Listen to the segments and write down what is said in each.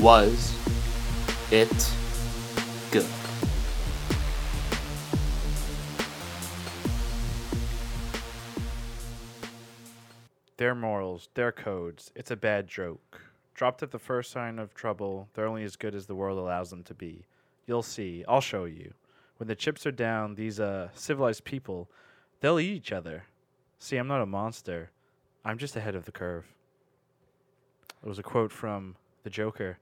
Was it good? Their morals, their codes. It's a bad joke. Dropped at the first sign of trouble, they're only as good as the world allows them to be. You'll see. I'll show you. When the chips are down, these uh, civilized people, they'll eat each other. See, I'm not a monster. I'm just ahead of the curve. It was a quote from the Joker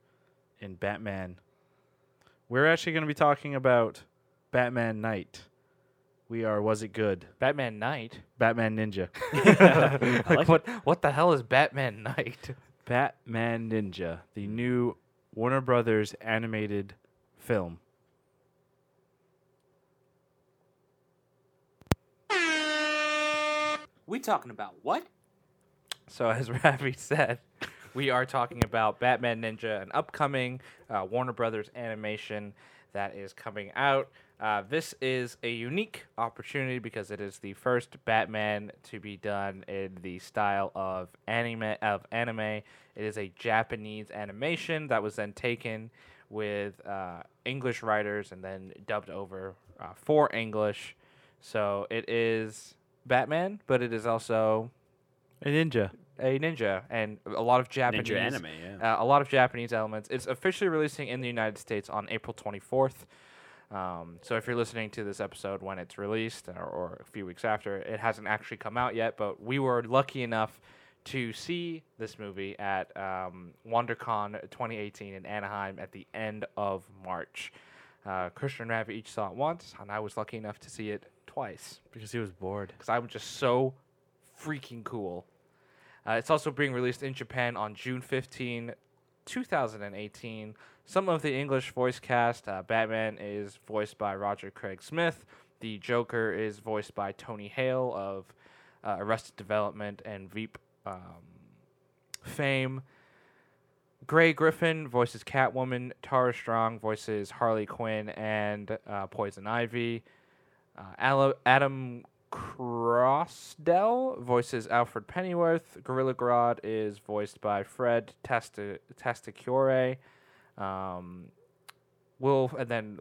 in Batman. We're actually going to be talking about Batman Knight. We are Was It Good? Batman Knight. Batman Ninja. like, what? What the hell is Batman Knight? Batman Ninja, the new Warner Brothers animated film. We talking about what? So as Ravi said, we are talking about Batman Ninja, an upcoming uh, Warner Brothers animation that is coming out. Uh, this is a unique opportunity because it is the first Batman to be done in the style of anime. Of anime, it is a Japanese animation that was then taken with uh, English writers and then dubbed over uh, for English. So it is Batman, but it is also A ninja. a ninja and a lot of Japanese anime, yeah. uh, a lot of Japanese elements. It's officially releasing in the United States on April 24th. Um, so if you're listening to this episode when it's released or, or a few weeks after, it hasn't actually come out yet. But we were lucky enough to see this movie at um, WonderCon 2018 in Anaheim at the end of March. Uh, Christian and Ravi each saw it once, and I was lucky enough to see it twice Because he was bored. because I'm just so freaking cool. Uh, it's also being released in Japan on June 15, 2018. Some of the English voice cast uh, Batman is voiced by Roger Craig Smith, the Joker is voiced by Tony Hale of uh, Arrested Development and Veep um, fame. Gray Griffin voices Catwoman, Tara Strong voices Harley Quinn and uh, Poison Ivy. Uh, Ala- Adam Crossdell voices Alfred Pennyworth. Gorilla Grodd is voiced by Fred Testa- Testacure. Um, Will and then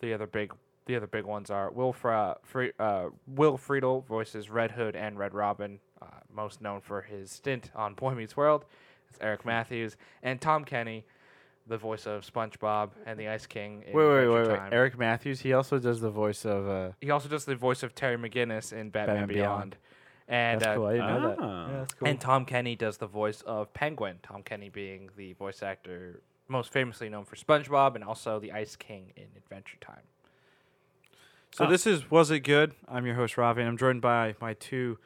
the other big the other big ones are Will Fra- Fre- uh, Will Friedle voices Red Hood and Red Robin, uh, most known for his stint on Boy Meets World. It's Hmm. Eric Matthews and Tom Kenny, the voice of SpongeBob and the Ice King. Wait, In wait, Adventure wait, wait. Time. Eric Matthews, he also does the voice of. Uh, He also does the voice of Terry McGinnis in Batman, Batman Beyond. Beyond. And that's uh, cool. I didn't know that. Ah. Yeah, that's cool. and Tom Kenny does the voice of Penguin. Tom Kenny being the voice actor most famously known for SpongeBob and also the Ice King in Adventure Time. so this is Was It Good? I'm your host, Ravi, and I'm joined by my two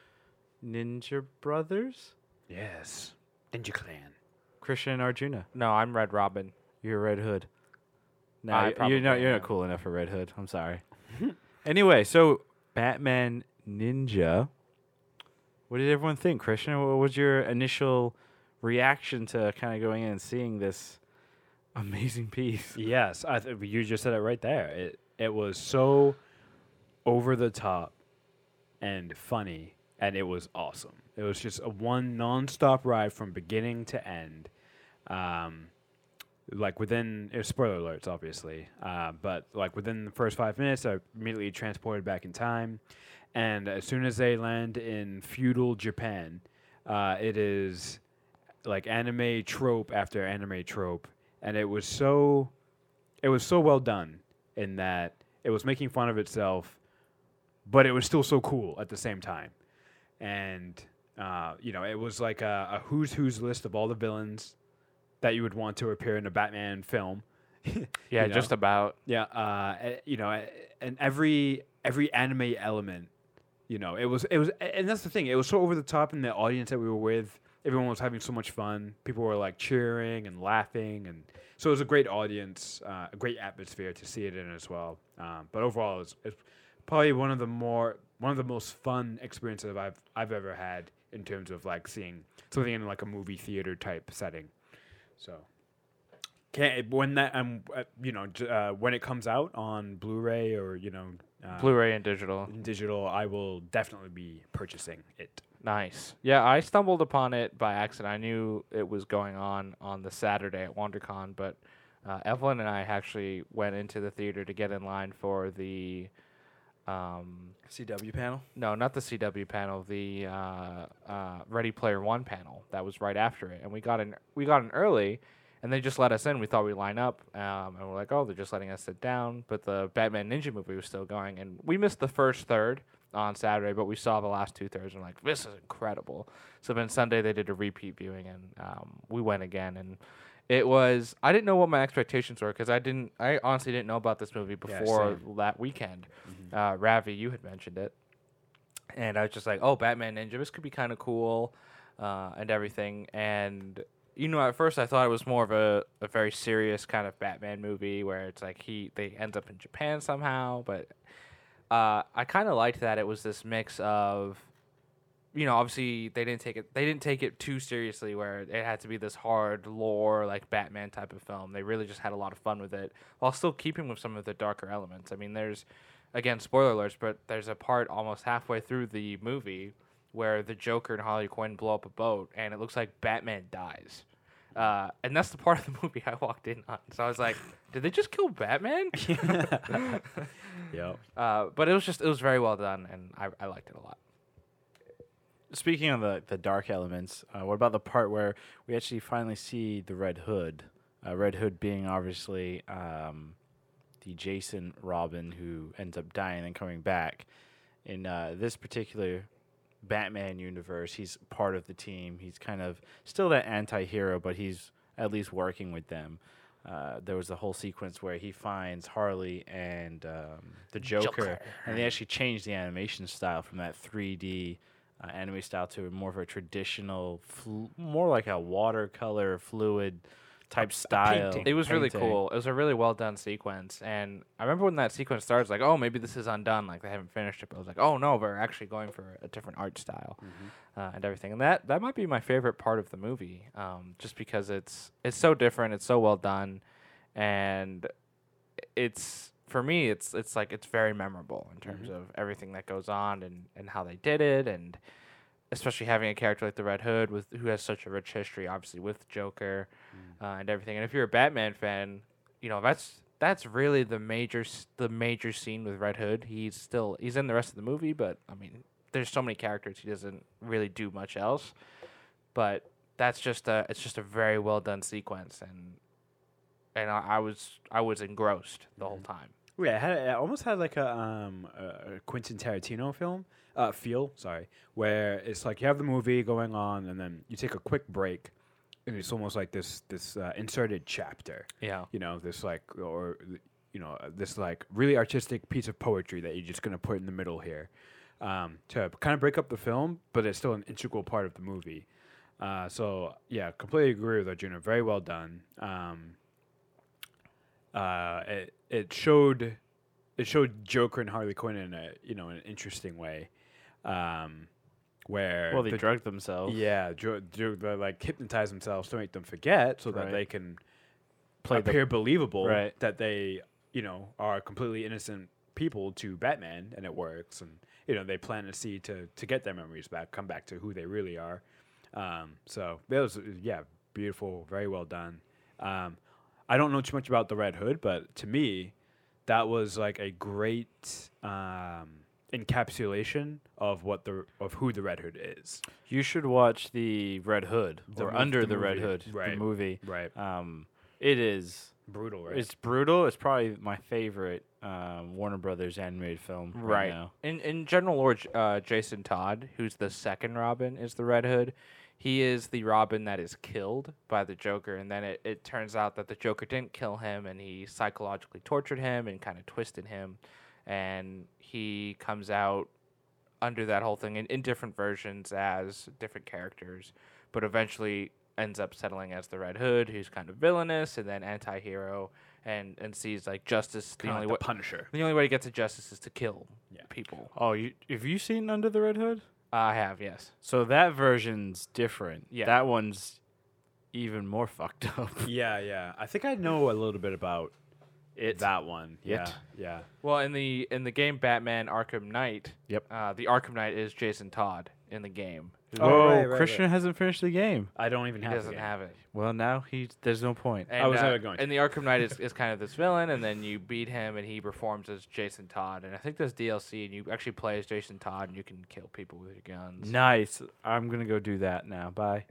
ninja brothers, Yes. Ninja Clan. Christian and Arjuna. No, I'm Red Robin. You're Red Hood. No, I y- probably you're not. You're am. not cool enough for Red Hood. I'm sorry. anyway, so Batman Ninja. What did everyone think, Christian? What was your initial reaction to kind of going in and seeing this amazing piece? Yes, I th- you just said it right there. It it was so over the top and funny, and it was awesome. It was just a one nonstop ride from beginning to end. Um, like within uh, spoiler alerts, obviously, uh, but like within the first five minutes, I immediately transported back in time, and as soon as they land in feudal Japan, uh, it is like anime trope after anime trope, and it was so it was so well done in that it was making fun of itself, but it was still so cool at the same time. And uh, you know, it was like a, a who's who's list of all the villains that you would want to appear in a Batman film. Yeah, You know? just about. Yeah, uh, eh, you know, eh, and every every anime element, you know, it was it was, and that's the thing. It was so over the top in the audience that we were with. Everyone was having so much fun. People were like cheering and laughing, and so it was a great audience, uh, a great atmosphere to see it in as well. Um, but overall, it's it's probably one of the more one of the most fun experiences that I've I've ever had in terms of like seeing something in like a movie theater type setting. So can't when that um uh, you know j- uh, when it comes out on Blu-ray or you know uh, Blu-ray and digital. digital, I will definitely be purchasing it. Nice. Yeah, I stumbled upon it by accident. I knew it was going on on the Saturday at WonderCon, but uh, Evelyn and I actually went into the theater to get in line for the, um, CW panel. no, not the CW panel, the uh, uh, Ready Player One panel that was right after it, and we got in. We got in early, and they just let us in. We thought we'd line up, um, and we're like, oh, they're just letting us sit down. But the Batman Ninja movie was still going, and we missed the first third on Saturday, but we saw the last two thirds, and we're like, this is incredible. So then Sunday they did a repeat viewing, and um, we went again, and. It was. I didn't know what my expectations were because I didn't. I honestly didn't know about this movie Yeah, before same. Mm-hmm. that weekend. Uh, Ravi, you had mentioned it, and I was just like, "Oh, Batman Ninja, this could be kind of cool," uh, and everything. And you know, at first I thought it was more of a, a very serious kind of Batman movie where it's like he they end up in Japan somehow. But uh, I kind of liked that it was this mix of, you know, obviously they didn't take it they didn't take it too seriously where it had to be this hard lore like Batman type of film. They really just had a lot of fun with it while still keeping with some of the darker elements. I mean, there's again spoiler alerts, but there's a part almost halfway through the movie where the Joker and Harley Quinn blow up a boat, and it looks like Batman dies. Uh, and that's the part of the movie I walked in on. So I was like, did they just kill Batman? Yep. uh, but it was just, it was very well done, and I, I liked it a lot. Speaking of the, the dark elements, uh, what about the part where we actually finally see the Red Hood? Uh, Red Hood being obviously um, the Jason Robin who ends up dying and coming back. In uh, this particular Batman universe, he's part of the team. He's kind of still that anti hero, but he's at least working with them. Uh, there was a whole sequence where he finds Harley and um, the Joker, Joker. and they actually changed the animation style from that 3D uh, anime style to more of a traditional, flu- more like a watercolor fluid type style. painting. It was really painting. cool. It was a really well done sequence, and I remember when that sequence started, I was like, "Oh, maybe this is undone. Like they haven't finished it." But I was like, "Oh no, we're actually going for a different art style uh, and everything." And that that might be my favorite part of the movie, um, just because it's it's so different, it's so well done, and it's for me, it's it's like it's very memorable in terms of everything that goes on and and how they did it and especially having a character like the Red Hood with who has such a rich history, obviously with Joker uh, and everything. And if you're a Batman fan, you know that's that's really the major s- the major scene with Red Hood. He's still he's in the rest of the movie, but I mean, there's so many characters he doesn't really do much else. But that's just a it's just a very well done sequence, and and I, I was I was engrossed the whole time. Yeah, it, had, it almost had like a, um, a a Quentin Tarantino film uh, feel. Sorry, where it's like you have the movie going on, and then you take a quick break, and it's almost like this this uh, inserted chapter. Yeah. You know, this like or you know uh, this like really artistic piece of poetry that you're just gonna put in the middle here um, to kind of break up the film, but it's still an integral part of the movie. Uh, so yeah, completely agree with Arjuna. Very well done. Um, uh, it it showed it showed Joker and Harley Quinn in a you know an interesting way, um, where Well, they the- drugged themselves. yeah jo- jo- they, like hypnotize themselves to make them forget so that Right. they can Play the- appear believable Right. that they you know are completely innocent people to Batman and it works and you know they plant a seed to to get their memories back come back to who they really are um, so that was yeah beautiful very well done um, I don't know too much about the Red Hood but to me that was like a great um, encapsulation of what the of who the Red Hood is You should watch the Red Hood The or mov- Under the the, Red movie. Hood, the Right. movie. right Um, it is. brutal, right? It's brutal. It's probably my favorite um, Warner Brothers animated film right, Right. now. In in General Lord J- uh, Jason Todd, who's the second Robin, is the Red Hood. He is the Robin that is killed by the Joker, and then it, it turns out that the Joker didn't kill him, and he psychologically tortured him and kind of twisted him, and he comes out under that whole thing in, in different versions as different characters, but eventually ends up settling as the Red Hood, who's kind of villainous and then anti-hero, and and sees like justice the Kinda only like way. the Punisher. The only way to get to justice is to kill Yeah. people. Oh, you, have you seen Under the Red Hood? I have, yes. So that version's different. Yeah. That one's even more fucked up. Yeah, yeah. I think I know a little bit about It. that one. Yeah, It. yeah. Well, in the in the game Batman Arkham Knight, Yep. uh, the Arkham Knight is Jason Todd, in the game. Oh, Whoa, right, right, right. Christian hasn't finished the game. I don't even He have. the doesn't game. have it. Well, now he there's no point. And, was uh, never going to. And the Arkham Knight is, is kind of this villain, and then you beat him, and he performs as Jason Todd. And I think there's DLC, and you actually play as Jason Todd, and you can kill people with your guns. Nice. I'm gonna go do that now. Bye.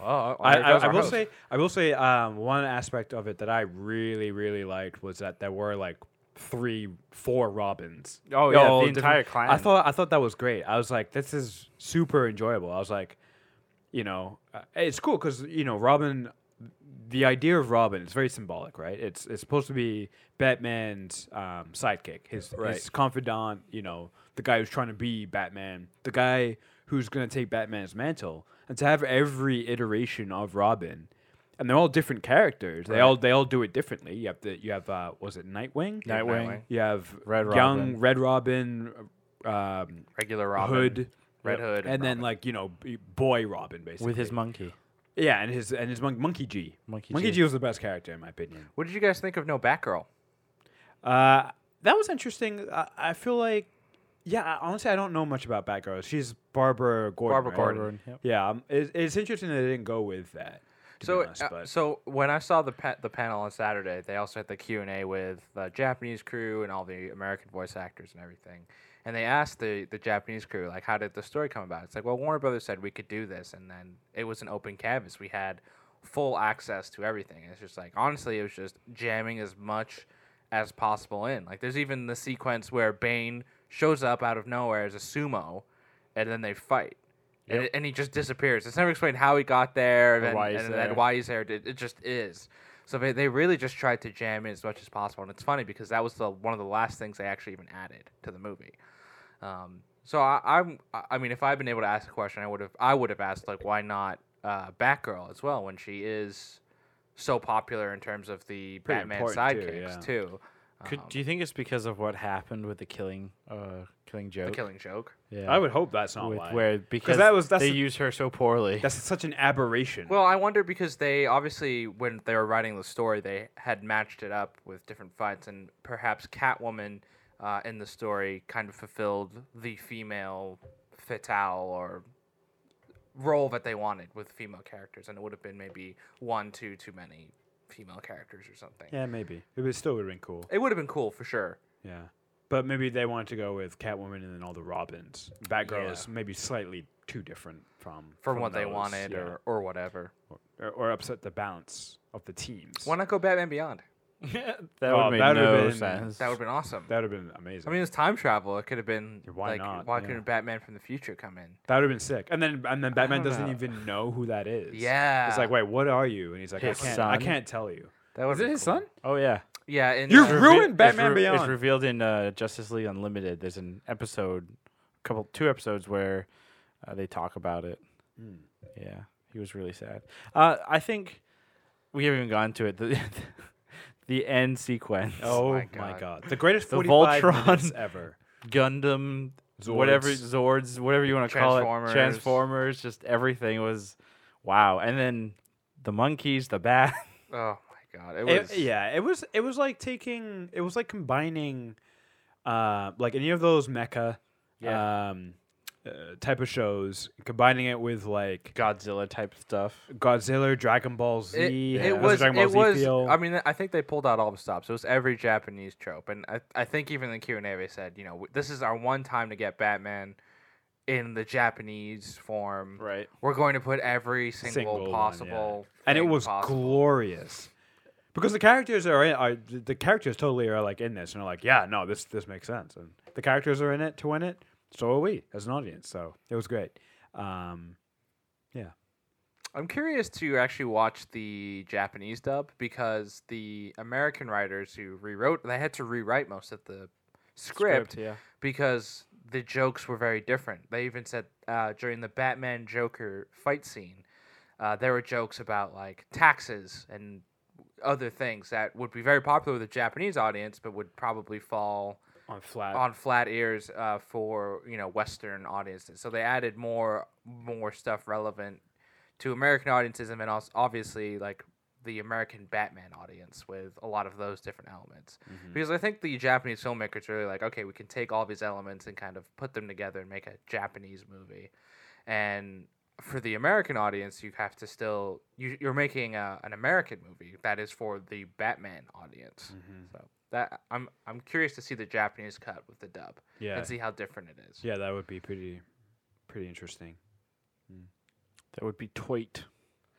Oh, I, there I, goes I our will host. say I will say um, one aspect of it that I really really liked was that there were like three four Robins. Oh, yeah, all the different- entire clan. I thought I thought that was great. I was like, this is super enjoyable. I was like, you know, uh, it's cool because you know Robin. The idea of Robin is very symbolic, right? It's it's supposed to be Batman's um, sidekick, his his Right. confidant. You know, the guy who's trying to be Batman, the guy who's going to take Batman's mantle, and to have every iteration of Robin. And they're all different characters. They all they all do it differently. You have the you have uh, was it Nightwing. Nightwing? Nightwing. You have Red young Robin. Red Robin, um, regular Robin, Hood, Red Hood, and then Robin. like you know b- Boy Robin basically with his monkey. yeah, and his and his mon- Monkey G. Monkey Monkey G. G. was the best character in my opinion. What did you guys think of No Batgirl? Uh, that was interesting. I, I feel like yeah, I- honestly, I don't know much about Batgirl. She's Barbara Gordon. Barbara right? Gordon. Yep. Yeah, um, it's, it's interesting that they didn't go with that. To So, be honest, uh, but so when I saw the pa- the panel on Saturday, they also had the Q and A with the Japanese crew and all the American voice actors and everything. And they asked the, the Japanese crew, like, how did the story come about? It's like, well, Warner Brothers said we could do this, and then it was an open canvas. We had full access to everything. It's just like, honestly, it was just jamming as much as possible in. Like, there's even the sequence where Bane shows up out of nowhere as a sumo, and then they fight. And, and he just disappears. It's never explained how he got there, and, why and, he's then there. why he's there. It, it just is. So they, they really just tried to jam in as much as possible, and it's funny because that was the one of the last things they actually even added to the movie. Um, so I, I'm I I mean, if I'd been able to ask a question, I would have I would have asked like, why not uh, Batgirl as well when she is so popular in terms of the Pretty Batman important too, sidekicks yeah. too. Could, Um, do you think it's because of what happened with the killing, uh, killing joke? the Killing Joke. Yeah. I would hope that's not with why. where because that was- that's they the- use her so poorly. that's such an aberration. Well, I wonder because they obviously, when they were writing the story, they had matched it up with different fights, and perhaps Catwoman uh, in the story kind of fulfilled the female fatale or role that they wanted with female characters, and it would have been maybe one, two too many female characters or something. yeah, maybe it would still would have been cool. It would have been cool for sure. Yeah. But maybe they wanted to go with Catwoman and then all the Robins. Batgirl Yeah. is maybe slightly too different from From, from what they those, wanted, yeah. or, or whatever. or or upset the balance of the teams. Why not go Batman Beyond? that Oh, would make that would've no been- sense. That would have been awesome. that would have been amazing. I mean, it's time travel. It could have been Yeah, why like, not? Why Yeah. couldn't Batman from the future come in? that would have been sick. And then and then Batman don't doesn't know. even know who that is. Yeah. It's like, wait, what are you? And he's like, I His can't, I son. can't tell you. That was oh yeah. Yeah, in You're uh, ruined Reve- it's Batman re- It's Beyond. revealed in uh, Justice League Unlimited. There's an episode, couple, two episodes where uh, they talk about it. Hmm. Yeah, he was really sad. Uh, I think we haven't even gotten to it. The, the end sequence. Oh my my god. God. the greatest The 45 Voltron. minutes ever. Gundam, whatever Zords, whatever you want to call Transformers. it, Transformers, just everything was wow. And then the monkeys, the bat. oh my god, it It- was yeah, it was it was like taking it was like combining uh like any of those mecha um uh, type of shows, combining it with like Godzilla type stuff. Godzilla, Dragon Ball Z. It, has it a was. Dragon Ball It Z was. feel. I mean, I think they pulled out all the stops. It was every Japanese trope, and I, I think even in the Q and A they said, you know, w- this is our one time to get Batman in the Japanese form. Right. We're going to put every single, Single one, yeah. possible. and it thing was possible. glorious because the characters are, in, are the the characters totally are like in this and are like, yeah, no, this this makes sense, and the characters are in it to win it. So are we as an audience. So it was great. Um, I'm curious to actually watch the Japanese dub because the American writers who rewrote, they had to rewrite most of the script yeah. because the jokes were very different. They even said uh, during the Batman Joker fight scene, uh, there were jokes about like taxes and other things that would be very popular with the Japanese audience, but would probably fall on flat, on flat ears uh, for you know Western audiences. So they added more more stuff relevant to American audiences, and then also obviously like the American Batman audience with a lot of those different elements. Mm-hmm. Because I think the Japanese filmmakers really like, okay, we can take all these elements and kind of put them together and make a Japanese movie. And for the American audience, you have to still you, you're making a, an American movie that is for the Batman audience. Mm-hmm. So that I'm I'm curious to see the Japanese cut with the dub Yeah. and see how different it is. Yeah, that would be pretty pretty interesting. That would be tweet.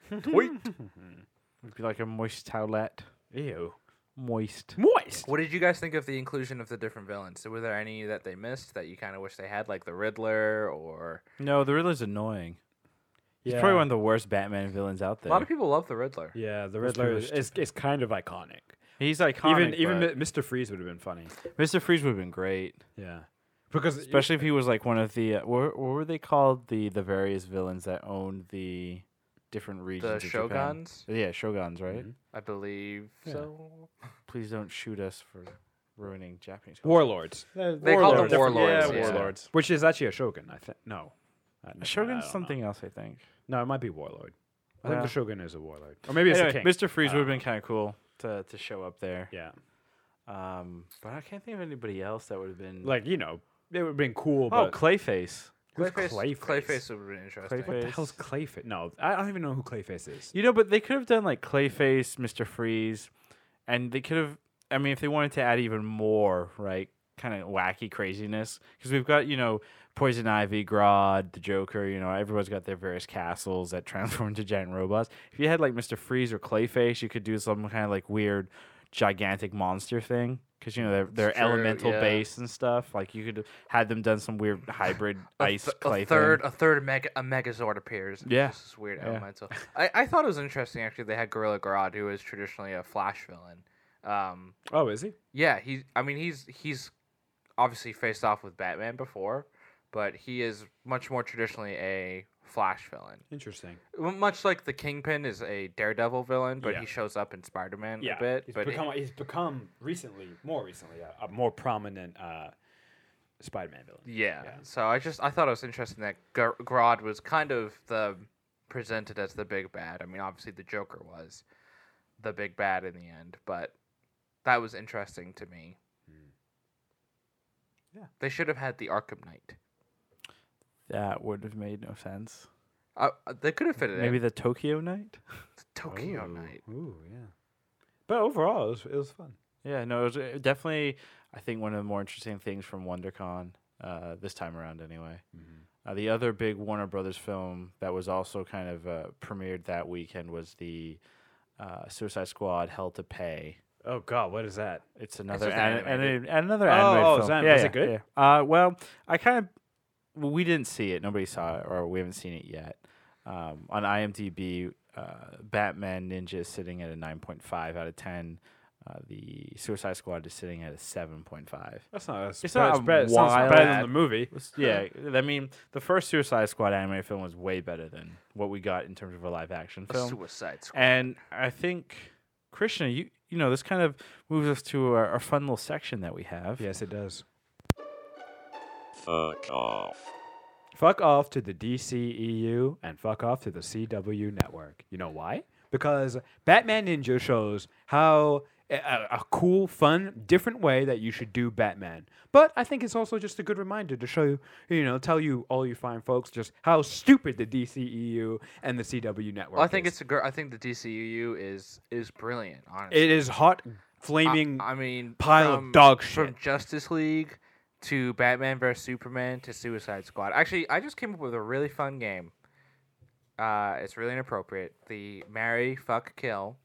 tweet. It'd be like a moist towelette. Ew. Moist. Moist. What did you guys think of the inclusion of the different villains? Were there any that they missed that you kind of wish they had, like the Riddler or? No, the Riddler's annoying. He's probably one of the worst Batman villains out A there. lot of people love the Riddler. Yeah, the Those Riddler people are is, is, is kind of iconic. He's iconic. even even but Mi- Mr. Freeze would have been funny. Mr. Freeze would have been great, Yeah. Because especially if he was like one of the uh, what, what were they called the the various villains that owned the different The regions. of Japan? Shoguns, Yeah, shoguns, right? Mm-hmm. I believe. So Please don't shoot us for ruining Japanese. culture. warlords. They call them Different- warlords, yeah. Which is actually a shogun, I think. No. Uh, no, I Shogun's don't something else, I think. know. No, it might be warlord. I think Yeah. the shogun is a warlord. Or maybe it's a Anyway, king. Mr. Freeze would have been kind of cool to, to show up there. Yeah. Um, but I can't think of anybody else that would have been Like, you know, it would have been cool, oh but Clayface. who's Clayface, Clayface. Clayface? would be interesting. What the Clayface. hell's Clayface? No, I don't even know who Clayface is. You know, but they could have done like Clayface, Mr. Freeze, and they could have. I mean, if they wanted to add even more, right, kind of wacky craziness, because we've got you know Poison Ivy, Grodd, the Joker. You know, everyone's got their various castles that transform into giant robots. If you had like Mr. Freeze or Clayface, you could do some kind of like weird, gigantic monster thing. Because you know they're, they're true, elemental yeah. base and stuff. Like you could had them done some weird hybrid A ice th- clay a third, thing. a third mega, a Megazord appears. and it's Yeah. just this weird Yeah. elemental. I, I thought it was interesting actually. They had Gorilla Grodd, who is traditionally a Flash villain. Um, Oh, is he? Yeah, he. I mean, he's he's obviously faced off with Batman before, but he is much more traditionally a Flash villain. Interesting. M- Much like the Kingpin is a Daredevil villain, but Yeah. he shows up in Spider Man Yeah, a bit. he's but become he's become recently, more recently, a, a more prominent uh, Spider-Man villain. yeah. yeah. So I just I thought it was interesting that Gr- Grodd was kind of the presented as the big bad. I mean, obviously the Joker was the big bad in the end, but that was interesting to me. Yeah. They should have had the Arkham Knight. That would have made no sense. Uh, uh, they could have fitted it in. Maybe the Tokyo Night. Tokyo Night. Ooh, yeah. But overall, it was, it was fun. Yeah, no, it was uh, definitely. I think one of the more interesting things from WonderCon uh, this time around, anyway. Uh, the other big Warner Brothers film that was also kind of uh, premiered that weekend was the uh, Suicide Squad: Hell to Pay. Oh God, what is that? It's another just an, animated. animated. another Oh, animated oh, film. it's anim- yeah, was yeah, it good? yeah. Uh, well, I kind of well, we didn't see it. Nobody saw it, or we haven't seen it yet. Um, on IMDb, uh, Batman Ninja is sitting at a nine point five out of ten. Uh, the Suicide Squad is sitting at a seven point five. That's not. That's It's bad- not it's a bad- it sounds wild- better than the movie. Yeah, I mean, the first Suicide Squad animated film was way better than what we got in terms of a live action A film. Suicide Squad. And I think Krishna, you you know, this kind of moves us to our, our fun little section that we have. Yes, it does. Fuck off. Fuck off to the DCEU and fuck off to the CW network. You know why? Because Batman Ninja shows how a, a- a cool, fun, different way that you should do Batman. But I think it's also just a good reminder to show you, you know, tell you all you fine folks just how stupid the DCEU and the CW network well, I think is. it's a gr- I think the DCUU is is brilliant. Honestly, it is hot, I- flaming. I, mean, pile of from, dog From shit. Justice League to Batman vs Superman to Suicide Squad. Actually, I just came up with a really fun game. Uh, it's really inappropriate. The marry, fuck, kill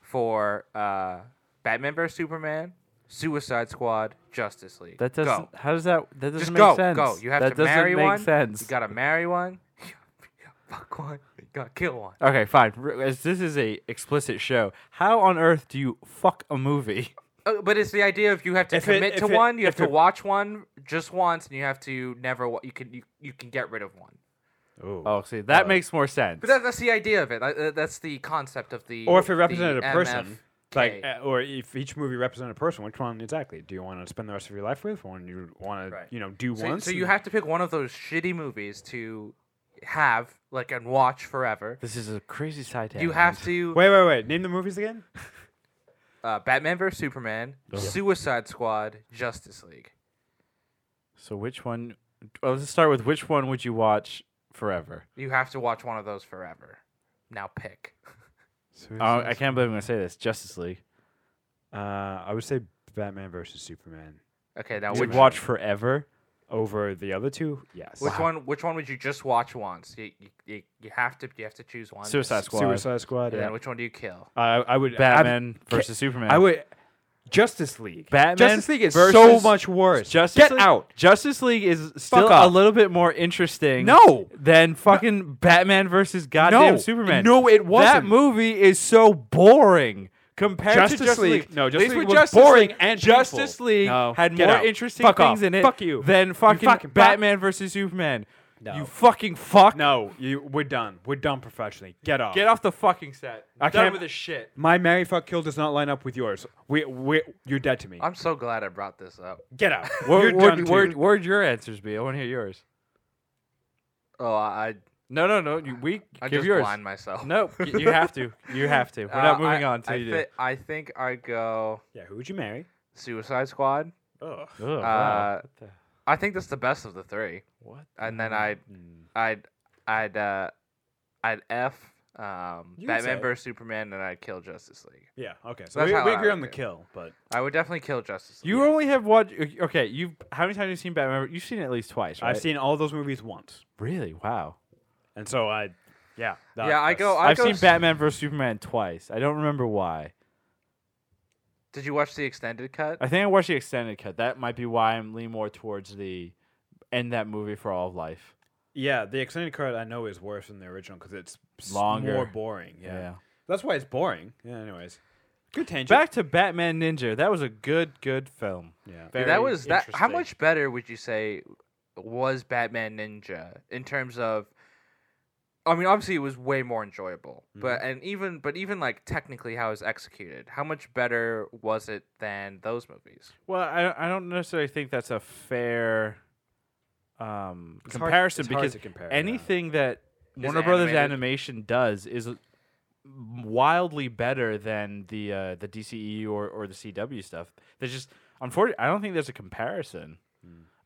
for uh, Batman vs Superman, Suicide Squad, Justice League. That Go. doesn't. How does that? That doesn't Just make go, sense. go. You have that to doesn't marry make one. Sense. You gotta marry one. You gotta fuck one. You gotta kill one. okay, fine. R- As this is a explicit show, how on earth do you fuck a movie? Uh, but it's the idea of you have to If it- commit to if it- one, you have if to it- watch one just once, and you have to never. Wa- you can you, you can get rid of one. Ooh. Oh, see, that makes more sense. Uh, But that, that's the idea of it. I- Uh, that's the concept of the. or if it the represented a person, like, MFK. uh, or if each movie represented a person, which one exactly? Do you want to spend the rest of your life with? One you want to, Right. you know, do so, once? so you and- have to pick one of those shitty movies to have like and watch forever. This is a crazy side You have to Wait, wait, wait. Name the movies again. uh, Batman vs Superman, Ugh. Suicide Squad, Justice League. So which one? Well, let's start with which one would you watch forever? You have to watch one of those forever. Now pick. Oh, I can't believe I'm gonna say this. Justice League. Uh, I would say Batman versus Superman Okay, You now Uh, which would watch forever. over the other two. Yes. which one which one would you just watch once? You, you- you, you have to you have to choose one. Suicide Squad. Suicide Squad. And then Yeah. which one do you kill? I, I would. Batman versus Superman. I, I would. Justice League. Batman Justice League is so versus- much worse. Justice Get League, out. Justice League is still a off. little bit more interesting. No. than fucking Batman versus goddamn Superman. No, it wasn't. That movie is so boring compared Justice to Justice League. League. No, Justice These League were was boring League. and Justice painful. League No, had get more out. interesting Fuck things off. in it Fuck you. than You fucking, fucking fuck. Batman versus Superman. No. You fucking fuck. No, you. We're done. We're done professionally. Get off. Get off the fucking set. I Done can't- with this shit. My Mary fuck kill does not line up with yours. We, we, you're dead to me. I'm so glad I brought this up. Get out. Where, you're done where, too. where, where'd your answers be? I want to hear yours. Oh, I No, no, no. You, we I give just yours. blind myself. No, y- you have to. You have to. We're not Uh, moving I, on till I, you thi- I think I go Yeah, who would you marry? Suicide Squad. Ugh. do. Oh, wow. I think that's the best of the three. And Mm. then I'd Mm. I'd I'd uh I'd F um You can say Batman it. versus Superman and I'd kill Justice League. Yeah. Okay. So That's we, how we I agree would on the do. kill, but I would definitely kill Justice League. You only have watched. Okay, you've how many times have you seen Batman? You've seen it at least twice, right? I've seen all those movies once, Really? Wow. and so I, yeah. that- Yeah, I that's- go- I- I've seen s- Batman vs Superman twice. I don't remember why. Did you watch the extended cut? I think I watched the extended cut. That might be why I'm leaning more towards the end that movie for all of life. yeah, the extended cut I know is worse than the original because it's s- Longer. more boring. Yeah. That's why it's boring. Yeah. Anyways, good tangent. Back to Batman Ninja. That was a good, good film. yeah. Dude, Very that was that. How interesting. much better would you say was Batman Ninja in terms of? I mean, obviously it was way more enjoyable, Mm-hmm. but and even but even like technically how it was executed, how much better was it than those movies? Well, I I don't necessarily think that's a fair um, It's hard- comparison it's hard because to compare, yeah. anything that Is Warner Brothers animated. animation does is wildly better than the uh, the DCEU or, or the CW stuff. There's just unfortunately, I don't think there's a comparison.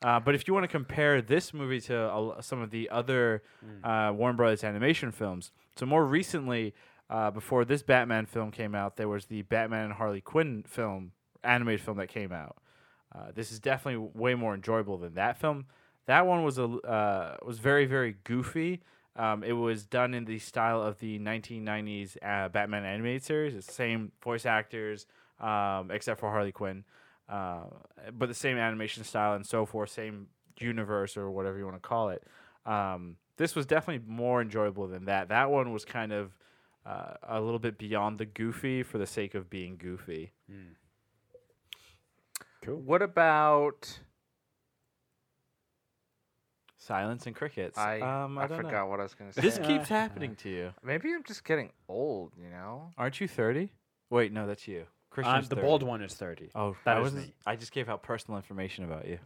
Uh, but if you want to compare this movie to a l- some of the other uh, Warner Brothers animation films, so more recently, uh, before this Batman film came out, there was the Batman and Harley Quinn film, animated film that came out. Uh, this is definitely w- way more enjoyable than that film. That one was a l- uh, was very very goofy. Um, it was done in the style of the 1990s uh, Batman animated series. It's the same voice actors, um, except for Harley Quinn, uh, but the same animation style and so forth, same universe or whatever you want to call it. Um, this was definitely more enjoyable than that. That one was kind of uh, a little bit beyond the goofy for the sake of being goofy. What about? Silence and crickets. I um, I, I, don't know. forgot what I was gonna say. This Yeah. keeps happening to you. Maybe I'm just getting old, you know. Aren't you 30? Wait, no, that's you. Um, Christian's the 30. bald one is thirty. Oh, That I is was me. I just gave out personal information about you.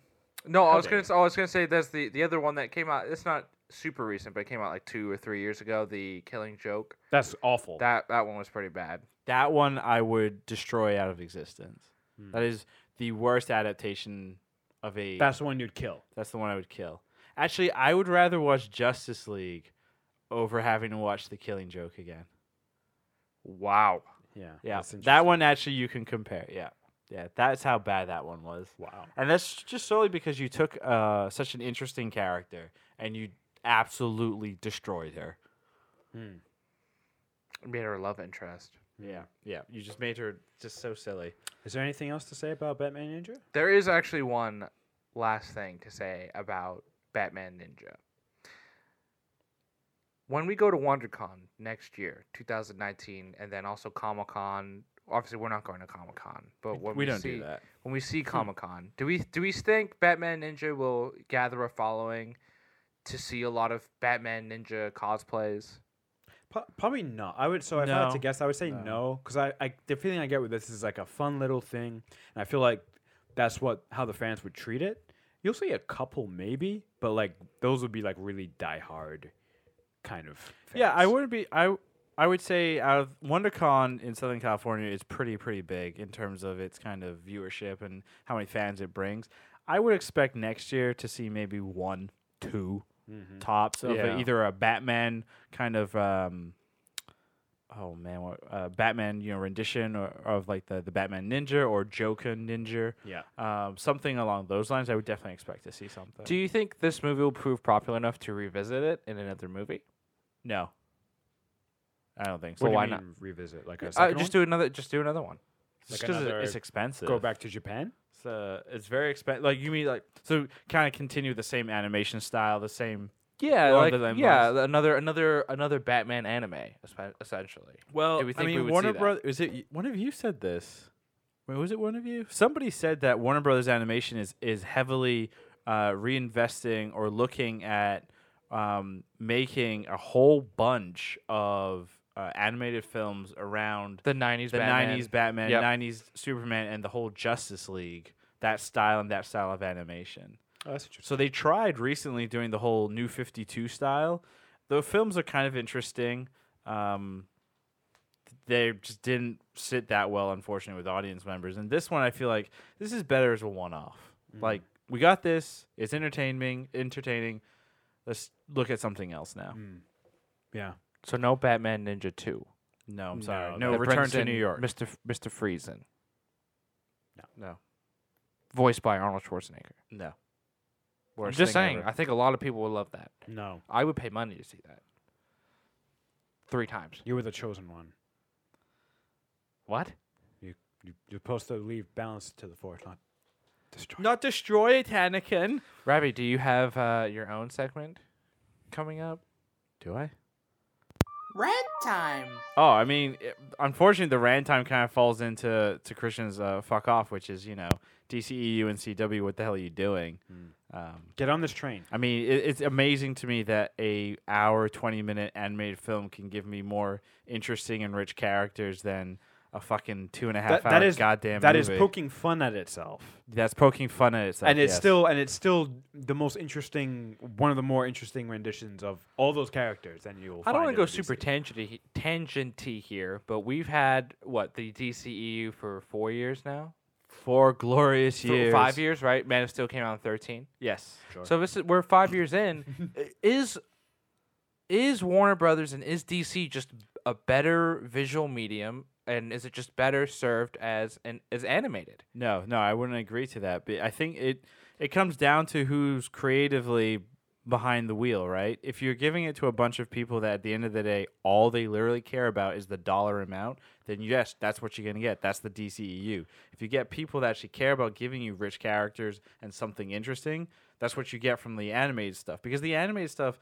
No, I How was dare gonna. you. s- I was gonna say that's the the other one that came out. It's not super recent, but it came out like two or three years ago. The Killing Joke. That's awful. That that one was pretty bad. That one I would destroy out of existence. Hmm. That is the worst adaptation of a. That's the one you'd kill. that's the one I would kill. Actually, I would rather watch Justice League over having to watch The Killing Joke again. Wow. Yeah. Yeah, that's that interesting. one actually you can compare. Yeah, yeah, that's how bad that one was. Wow. And that's just solely because you took uh, such an interesting character and you absolutely destroyed her. Made her love interest. Yeah, yeah. You just made her just so silly. Is there anything else to say about Batman Ninja? There is actually one last thing to say about Batman Ninja. When we go to WonderCon next year, 2019, and then also Comic Con. Obviously, we're not going to Comic Con, but when we we, don't do see, that. When we see Comic Con, do we do we think Batman Ninja will gather a following to see a lot of Batman Ninja cosplays? Po- probably not. I would. So if I had to No. guess, I would say no because I, I the feeling I get with this is like a fun little thing, and I feel like that's what how the fans would treat it. You'll see a couple maybe, but like those would be like really diehard kind of. Fans. Yeah, I wouldn't be. I I would say out of WonderCon in Southern California is pretty pretty big in terms of its kind of viewership and how many fans it brings. I would expect next year to see maybe one, two Mhm. tops of a- Yeah. either a Batman kind of. Um, Oh man, what uh, Batman, you know, rendition or, of like the, the Batman Ninja or Joker Ninja, Yeah. um, something along those lines. I would definitely expect to see something. Do you think this movie will prove popular enough to revisit it in another movie? no, I don't think so. What Well, do you why mean not? revisit like a Uh, second just one? do another. Just do another one. Just Like 'cause it- another- it's expensive. go back to Japan? So it's very expensive. Like you mean like so kind of continue the same animation style, the same. Yeah, Or like, the Lame yeah, another another another Batman anime, espe- essentially. Well, Do we think I we mean, would see Warner that? Brothers. Is it one of you said this? Wait, was it one of you? Somebody said that Warner Brothers Animation is is heavily uh, reinvesting or looking at um, making a whole bunch of uh, animated films around The '90s, the Batman. '90s Batman, Yep. '90s Superman, and the whole Justice League. That style and that style of animation. Oh, that's interesting. So they tried recently doing the whole New Fifty Two style. The films are kind of interesting. Um, they just didn't sit that well, unfortunately, with audience members. And this one, I feel like this is better as a one off. Like we got this. It's entertaining. Entertaining. Let's look at something else now. Hmm. Yeah. So no Batman Ninja Two. Mm-hmm. No, I'm No, sorry. that- No, that Return brings to in New York. Mr. F- Mr. Friesen. No. No. Voiced by Arnold Schwarzenegger. No. I'm Worst just thing saying. ever. I think a lot of people would love that. No, I would pay money to see that. Three times. you were the chosen one. What? You, you're supposed to leave balance to the force, not destroy. Not destroy it, Anakin. Robbie, do you have uh, your own segment coming up? Do I? Red time. Oh, I mean, it, unfortunately, the rant time kind of falls into to Christian's uh, fuck off, which is you know DCEU and CW. What the hell are you doing? Hmm. Um, Get on this train. I mean, it, it's amazing to me that a hour twenty minute animated film can give me more interesting and rich characters than a fucking two and a half That- hour that is goddamn. That is movie. poking fun at itself, That's poking fun at itself. and it's yes. still and it's still the most interesting, one of the more interesting renditions of all those characters. And you'll. I don't want to find go in super DC. tangenty, tangenty here, but we've had, what, the DCEU for four years now? four glorious Th- years. Five years, right? Man of Steel came out in 13. Yes. So this is, we're five years in. I- is is Warner Brothers and is DC just a better visual medium, and is it just better served as an as animated? No, no, I wouldn't agree to that. But I think it it comes down to who's creatively behind the wheel, right? If you're giving it to a bunch of people that at the end of the day all they literally care about is the dollar amount, then yes, that's what you're going to get. That's the DCEU. If you get people that actually care about giving you rich characters and something interesting, that's what you get from the animated stuff because the animated stuff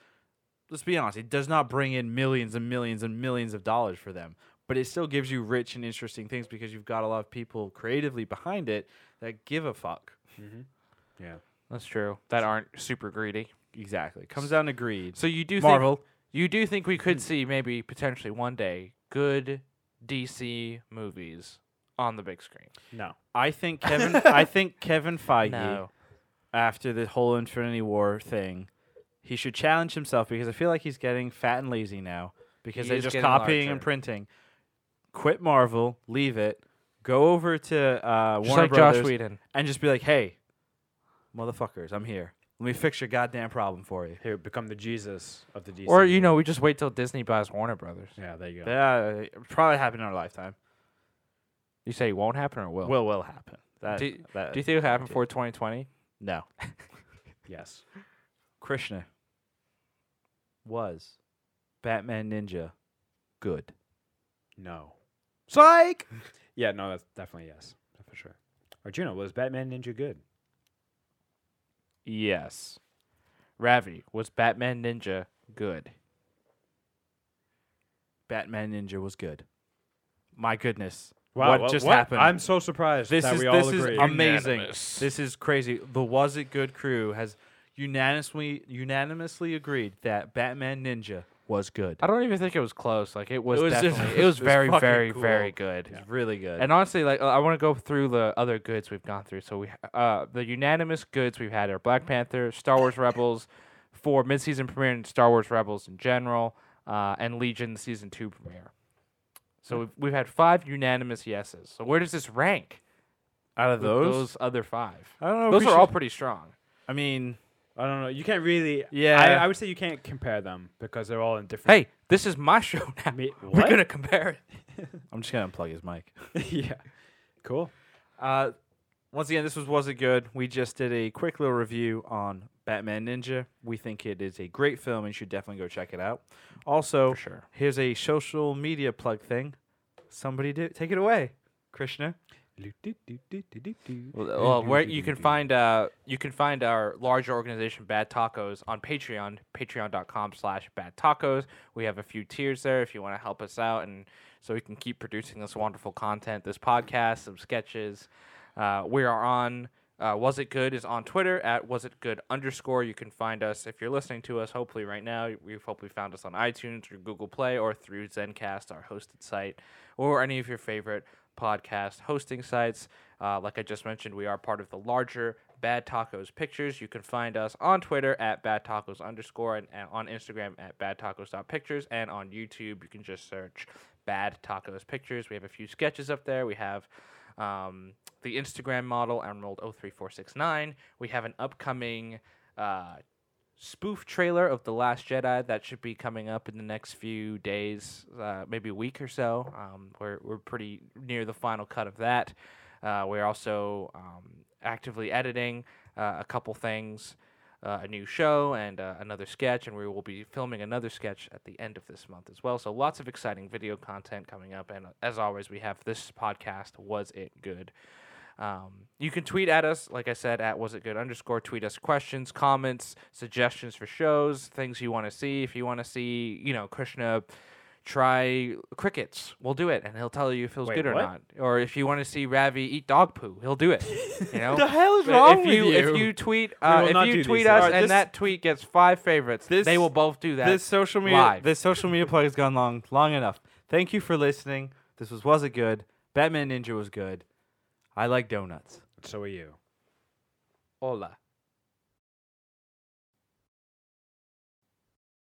let's be honest, it does not bring in millions and millions and millions of dollars for them, but it still gives you rich and interesting things because you've got a lot of people creatively behind it that give a fuck. Yeah. That's true. That aren't super greedy. Exactly. Comes down to greed. So you do Marvel. Think, you do think we could see maybe potentially one day good DC movies on the big screen? No. I think Kevin I think Kevin Feige No. after the whole Infinity War thing, he should challenge himself because I feel like he's getting fat and lazy now because He they're is just getting copying and larger. printing. Quit Marvel, leave it, go over to uh, Just Warner like Brothers. Josh Whedon. and just be like, "Hey, motherfuckers, I'm here. Let me fix your goddamn problem for you." Here, become the Jesus of the DC. Or you know, we just wait till Disney buys Warner Brothers. Yeah. There you go. Yeah, it uh, probably happened in our lifetime. You say it won't happen or it will? Will will happen. That, do, that- do you think it'll happen before 2020? no? yes. Krishna was Batman Ninja good? No. Psych. yeah. No. That's definitely yes. For sure. Arjuna was Batman Ninja good. Yes. Ravi, was Batman Ninja good? Batman Ninja was good. My goodness, Wow, what wha- just happened? I'm so surprised this that is we this all agree. is amazing. This is crazy. The Was It Good crew has unanimously unanimously agreed that Batman Ninja was good. I don't even think it was close. Like it was, It was just- definitely it was it was very fucking very cool. very good. It's really good. And honestly, like uh, I want to go through the other goods we've gone through. So we, uh, the unanimous goods we've had are Black Panther, Star Wars Rebels, for mid-season premiere and Star Wars Rebels in general, uh, and Legion the season two premiere. So we've we've had five unanimous yeses. So where does this rank? Out of with those, those other five. I don't know. if Those we are should- all pretty strong. I mean, I don't know. You can't really. Yeah. I, I would say you can't compare them because they're all in different. Hey, this is my show now. Me- We're what? gonna compare it. I'm just gonna unplug his mic. yeah. Cool. Uh, once again, this was was it good? We just did a quick little review on Batman Ninja. We think it is a great film and you should definitely go check it out. Also, For sure. here's a social media plug thing. Somebody do take it away, Krishna. Well, well, where you can find uh, you can find our larger organization Bad Tacos on Patreon, patreon.com/slash Bad Tacos. We have a few tiers there if you want to help us out, and so we can keep producing this wonderful content, this podcast, some sketches. Uh, we are on. Uh, was it good is on Twitter at was it good underscore. You can find us if you're listening to us. Hopefully right now you've hopefully found us on iTunes or Google Play or through ZenCast, our hosted site, or any of your favorite podcast hosting sites. Uh, like I just mentioned, we are part of the larger Bad Tacos Pictures. You can find us on Twitter at Bad Tacos underscore and, and on Instagram at Bad Tacos dot Pictures and on YouTube you can just search Bad Tacos Pictures. We have a few sketches up there. We have um, the Instagram model Emerald 03469. We have an upcoming uh, spoof trailer of The Last Jedi that should be coming up in the next few days, uh, maybe a week or so. Um, we're, we're pretty near the final cut of that. Uh, we're also um, actively editing uh, a couple things, uh, a new show and uh, another sketch, and we will be filming another sketch at the end of this month as well. So lots of exciting video content coming up, and uh, as always, we have this podcast. Was it good? Um, you can tweet at us, like I said, at was it good underscore. Tweet us questions, comments, suggestions for shows, things you want to see. If you want to see, you know, Krishna try crickets, we'll do it, and he'll tell you if it feels Wait, good or what? not. Or if you want to see Ravi eat dog poo, he'll do it. You know, The hell is But wrong if with you, you? If you tweet, uh, will if not do you these tweet things. us All right, and this- that tweet gets five favorites, This- they will both do that. this social media live. this social media plug has gone long long enough. Thank you for listening. This was was it good? Batman Ninja was good. I like donuts. So are you. Hola.